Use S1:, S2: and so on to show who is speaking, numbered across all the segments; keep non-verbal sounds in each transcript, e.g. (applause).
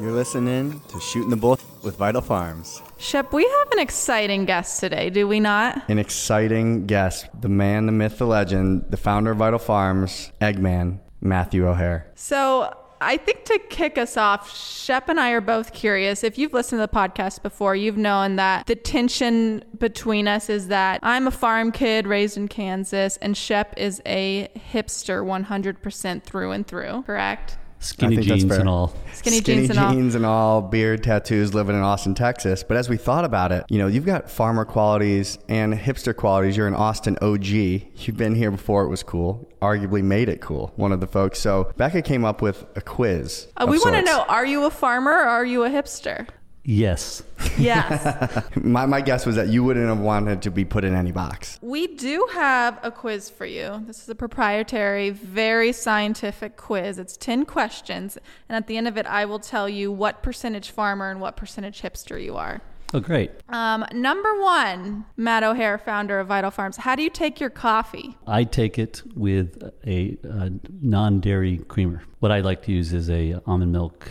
S1: You're listening to Shooting the Bull with Vital Farms.
S2: Shep, we have an exciting guest today, do we not?
S1: An exciting guest, the man, the myth, the legend, the founder of Vital Farms, Eggman, Matthew O'Hare.
S2: So, I think to kick us off, Shep and I are both curious. If you've listened to the podcast before, you've known that the tension between us is that I'm a farm kid raised in Kansas, and Shep is a hipster 100% through and through, correct?
S1: I
S3: Skinny
S1: think that's
S3: jeans
S1: fair.
S3: and all.
S2: Skinny, jeans and all.
S1: and all, beard tattoos, living in Austin, Texas. But as we thought about it, you know, you've got farmer qualities and hipster qualities. You're an Austin OG. You've been here before it was cool. Arguably made it cool. One of the folks. So Becca came up with a quiz.
S2: Uh,
S1: of
S2: we want
S1: sorts.
S2: to know are you a farmer or are you a hipster?
S3: Yes.
S2: Yes.
S1: (laughs) My, my guess was that you wouldn't have wanted to be put in any box.
S2: We do have a quiz for you. This is a proprietary, very scientific quiz. It's 10 questions, and at the end of it, I will tell you what percentage farmer and what percentage hipster you are.
S3: Oh, great.
S2: Um, number one, Matt O'Hare, founder of Vital Farms. How do you take your coffee?
S3: I take it with a, uh non-dairy creamer. What I like to use is a almond milk,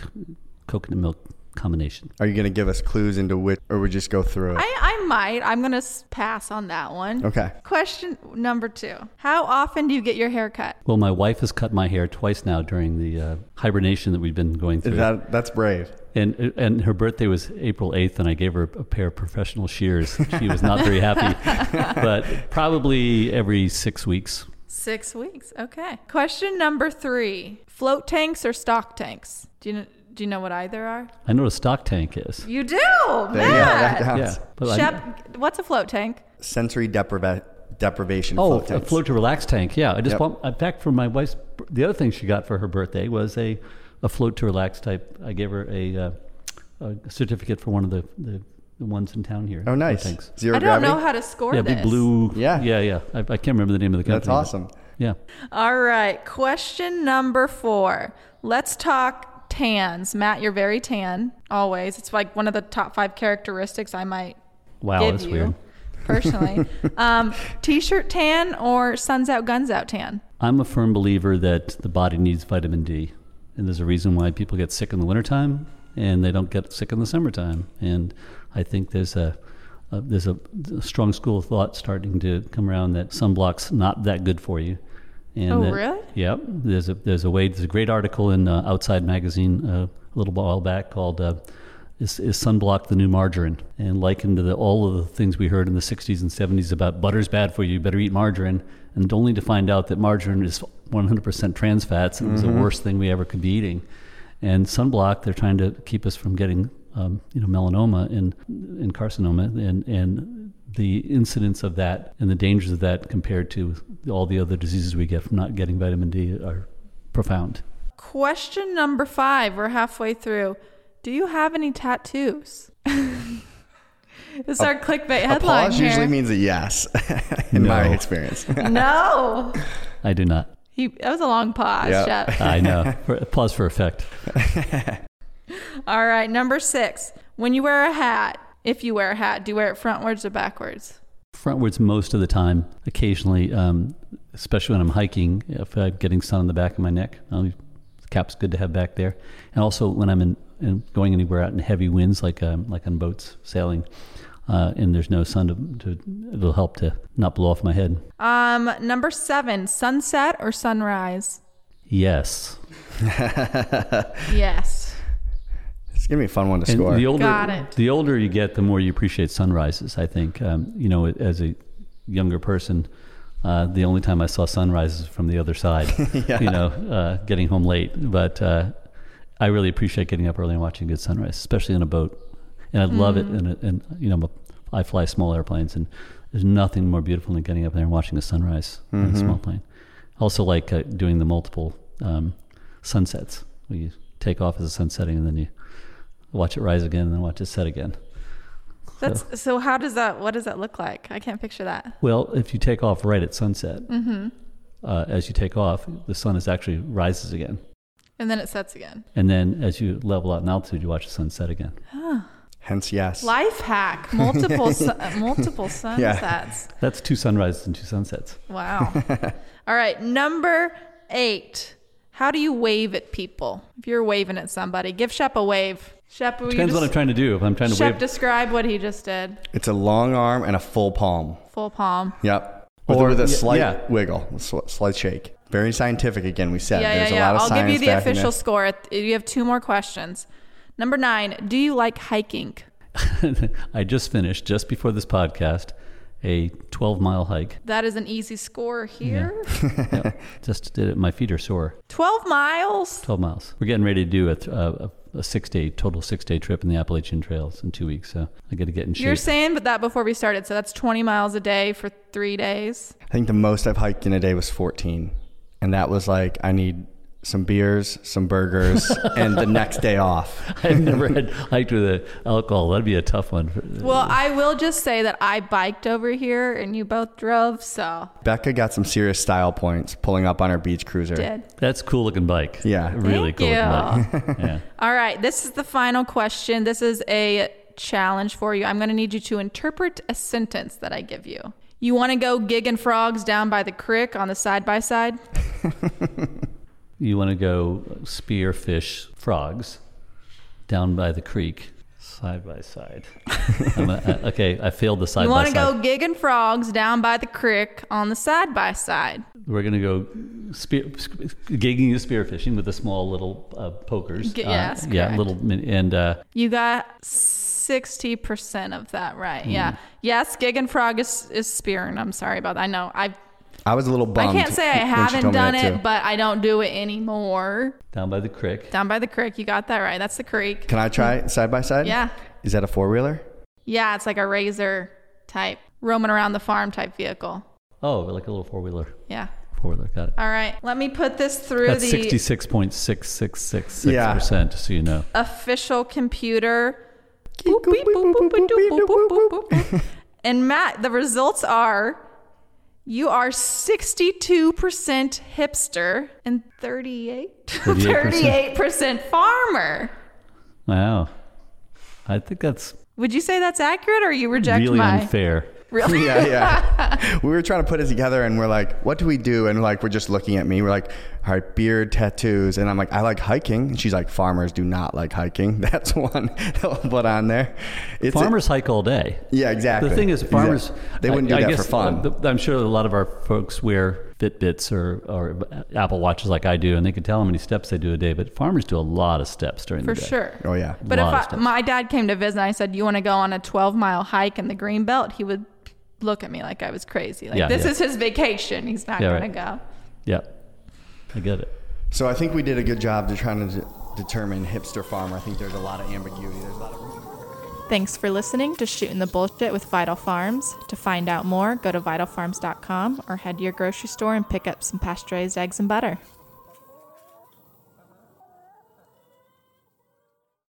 S3: coconut milk combination.
S1: Are you going to give us clues into which, or we just go through it?
S2: I, I might. I'm going to pass on that one.
S1: okay.
S2: Question number two How often do you get your hair cut?
S3: Well, my wife has cut my hair twice now during the uh, hibernation that we've been going through,
S1: That, that's brave.
S3: and and her birthday was April eighth, and I gave her a pair of professional shears. She was not
S1: (laughs)
S3: very happy, but probably every six weeks.
S2: Six weeks. Okay. Question number three Float tanks or stock tanks? Do you, kn- do you know what either are?
S3: I know what a stock tank is.
S2: You do,
S1: There you go. That
S2: Matt.
S1: counts.
S3: Yeah, but I-
S2: Shep, what's a float tank?
S1: Sensory depriva- deprivation.
S3: Oh,
S1: float
S3: a
S1: tanks.
S3: float to relax tank. Yeah, I just
S1: Yep.
S3: bought. In fact, for my wife's, the other thing she got for her birthday was a, a float to relax type. I gave her a, uh, a certificate for one of the, the, the ones in town here.
S1: Oh,
S3: Float
S1: nice.
S3: tanks.
S1: Zero
S2: I don't
S1: gravity.
S2: know how to score
S3: Yeah,
S2: this.
S3: big blue.
S1: Yeah.
S3: yeah, yeah. I, I can't remember the name of the company.
S1: That's
S3: but-
S1: awesome.
S3: Yeah.
S2: All right, question number four. Let's talk tans. Matt, you're very tan always. It's like one of the top five characteristics I might
S3: Wow,
S2: give
S3: Oh, that's
S2: you
S3: weird. (laughs)
S2: personally. um, t-shirt tan or suns out, guns out tan.
S3: I'm a firm believer that the body needs vitamin D, and there's a reason why people get sick in the wintertime and they don't get sick in the summertime. And I think there's a, a there's a, a strong school of thought starting to come around that sunblock's not that good for you. And
S2: Oh,
S3: that-
S2: really?
S3: Yep. There's a there's a way. There's a great article in uh, Outside Magazine uh, a little while back called. Uh, is, is sunblock the new margarine? And likened to the, all of the things we heard in the 60s and 70s about butter's bad for you, you better eat margarine, and only to find out that margarine is 100% trans fats and it was the worst thing we ever could be eating. And sunblock, they're trying to keep us from getting um, you know melanoma and and carcinoma and and the incidence of that and the dangers of that compared to all the other diseases we get from not getting vitamin D are profound.
S2: Question number five. We're halfway through. Do you have any tattoos? (laughs) this is our clickbait
S1: A
S2: headline
S1: pause usually
S2: here.
S1: means a yes, (laughs) in my
S3: No.
S1: experience. (laughs)
S2: no.
S3: I do not.
S2: He, that was a long pause,
S1: Yeah.
S3: (laughs)
S2: Shep.
S3: I know. For, applause for effect.
S2: All right, number six. When you wear a hat, if you wear a hat, do you wear it frontwards or backwards?
S3: Frontwards most of the time. Occasionally, um, especially when I'm hiking, if I'm getting sun on the back of my neck, I'll, the cap's good to have back there. And also when I'm in, in going anywhere out in heavy winds, like um, like on boats sailing, uh, and there's no sun to, to it'll help to not blow off my head.
S2: Um, number seven, sunset or sunrise?
S3: Yes.
S2: Yes.
S1: It's gonna be a fun one to
S3: And
S1: score.
S3: The older,
S2: Got it.
S3: the older you get, the more you appreciate sunrises. I think um, you know, as a younger person, uh, the only time I saw sunrises was from the other side. You know, uh, getting home late, but uh, I really appreciate getting up early and watching a good sunrise, especially on a boat. And I love it.
S2: Mm-hmm.
S3: And, and you know, I'm a, I fly small airplanes, and there's nothing more beautiful than getting up there and watching a sunrise on a small plane. Also, like uh, doing the multiple um, sunsets. where you take off as a sun setting, and then you watch it rise again and then watch it set again.
S2: That's so how does that what does that look like? I can't picture that.
S3: Well, if you take off right at sunset,
S2: Mm-hmm.
S3: uh, as you take off, the sun is actually rises again.
S2: And then it sets again.
S3: And then as you level out in altitude, you watch the sun set again.
S1: Hence, yes.
S2: Life hack, multiple su- uh, multiple sunsets.
S3: That's two sunrises and two sunsets.
S2: Wow. All right, number 8. How do you wave at people? If you're waving at somebody, give Shep a wave. Shep, will you
S3: Depends what I'm
S2: just-
S3: trying to do. If I'm trying to
S2: Shep,
S3: wave,
S2: describe what he just did.
S1: It's a long arm and a full palm.
S2: Full palm.
S1: Yep. With, or,
S3: Or-
S1: with a
S3: yeah,
S1: slight
S3: yeah.
S1: wiggle, a sl- slight shake. Very scientific again, we said.
S2: yeah,
S1: There's
S2: yeah,
S1: a
S2: yeah.
S1: lot of
S2: I'll give you
S1: science
S2: the
S1: backing
S2: official
S1: this.
S2: score. At- You have two more questions. Number nine, do you like hiking?
S3: (laughs) I just finished just before this podcast a 12
S2: (laughs)
S3: mile hike.
S2: That is an easy score here. (laughs)
S3: Just did it. My feet are sore.
S2: 12 miles.
S3: 12 miles. We're getting ready to do a, th- a, a- a six day total six day trip in the Appalachian Trails in two weeks. So I got to get in shape.
S2: You're saying, but that before we started. So that's 20 miles a day for three days.
S1: I think the most I've hiked in a day was 14. And that was like, I need some beers, some burgers, and the next day off.
S3: (laughs) I've never had hiked with a alcohol. That'd be a tough one. For,
S2: Well, I will just say that I biked over here and you both drove. So
S1: Becca got some serious style points pulling up on her beach cruiser.
S2: did.
S3: that's a cool looking bike.
S1: Yeah.
S3: really
S2: Thank
S3: cool
S2: you.
S3: looking bike. yeah.
S2: All right. This is the final question. This is a challenge for you. I'm going to need you to interpret a sentence that I give you. You want to go gigging frogs down by the creek on the side by side?
S3: You want to go spear fish frogs down by the creek, side by side. I'm a, I- okay, I failed the side
S2: You
S3: by
S2: want to go
S3: side.
S2: gigging frogs down by the creek on the side by side?
S3: We're going to go spear, gigging and spear fishing with the small little uh, pokers.
S2: G-
S3: Uh,
S2: yes,
S3: yeah,
S2: correct.
S3: little mini- and uh,
S2: You got 60% of that right.
S1: Hmm.
S2: Yeah. Yes, Gig and Frog is, is spearing. I'm sorry about that. I know. I
S1: I was a little
S2: I
S1: bummed. (laughs)
S2: can't say I
S1: when she told
S2: haven't
S1: me
S2: done
S1: that, too.
S2: it, but I don't do it anymore.
S3: down by the creek.
S2: Down by the creek, you got that right. That's the creek.
S1: Can I try it side by side?
S2: Yeah.
S1: Is that a four wheeler?
S2: Yeah, it's like a razor type, roaming around the farm type vehicle.
S3: Oh, like a little four wheeler.
S2: Yeah.
S3: Four wheeler. Got it.
S2: All right. Let me put this through
S3: That's
S2: the
S3: sixty six point six six six six percent. Just so you know.
S2: official computer. Boop, beep, boop, boop, boop, doop, boop, boop, boop, boop. (laughs) And Matt, the results are you are 62% hipster and (laughs) 38
S3: 38%.
S2: 38% farmer.
S3: Wow. I think that's
S2: Would you say that's accurate or you reject
S3: really
S2: my
S3: unfair.
S1: (laughs)
S2: really?
S1: Yeah, yeah. we were trying to put it together and we're like, what do we do? And like, we're just looking at me. We're like, all right, beard, tattoos. And I'm like, I like hiking. And she's like, farmers do not like hiking. (laughs) That's one that we'll put on there. It's a-
S3: Farmers hike all day.
S1: yeah, exactly.
S3: The thing is,
S1: Exactly.
S3: farmers
S1: They wouldn't do
S3: I- I
S1: that
S3: guess,
S1: for fun.
S3: uh, th- I'm sure a lot of our folks wear Fitbits or, or Apple Watches like I do, and they could tell how many steps they do a day. But farmers do a lot of steps during
S2: For
S3: the day.
S2: sure.
S1: oh, yeah.
S2: But if
S3: lot of
S2: I,
S3: steps.
S2: my dad came to visit and I said, You want to go on a 12 mile hike in the green belt? He would look at me like I was crazy. Like,
S3: Yeah,
S2: this
S3: yeah.
S2: is his vacation. He's not
S3: Yeah,
S2: going
S3: right.
S2: to go.
S3: Yeah, I get it.
S1: So I think we did a good job to trying to de- determine hipster farmer. I think there's a lot of ambiguity. There's a lot of
S4: Thanks for listening to Shooting the Bullshit with Vital Farms. To find out more, go to vitalfarms.com or head to your grocery store and pick up some pasteurized eggs and butter.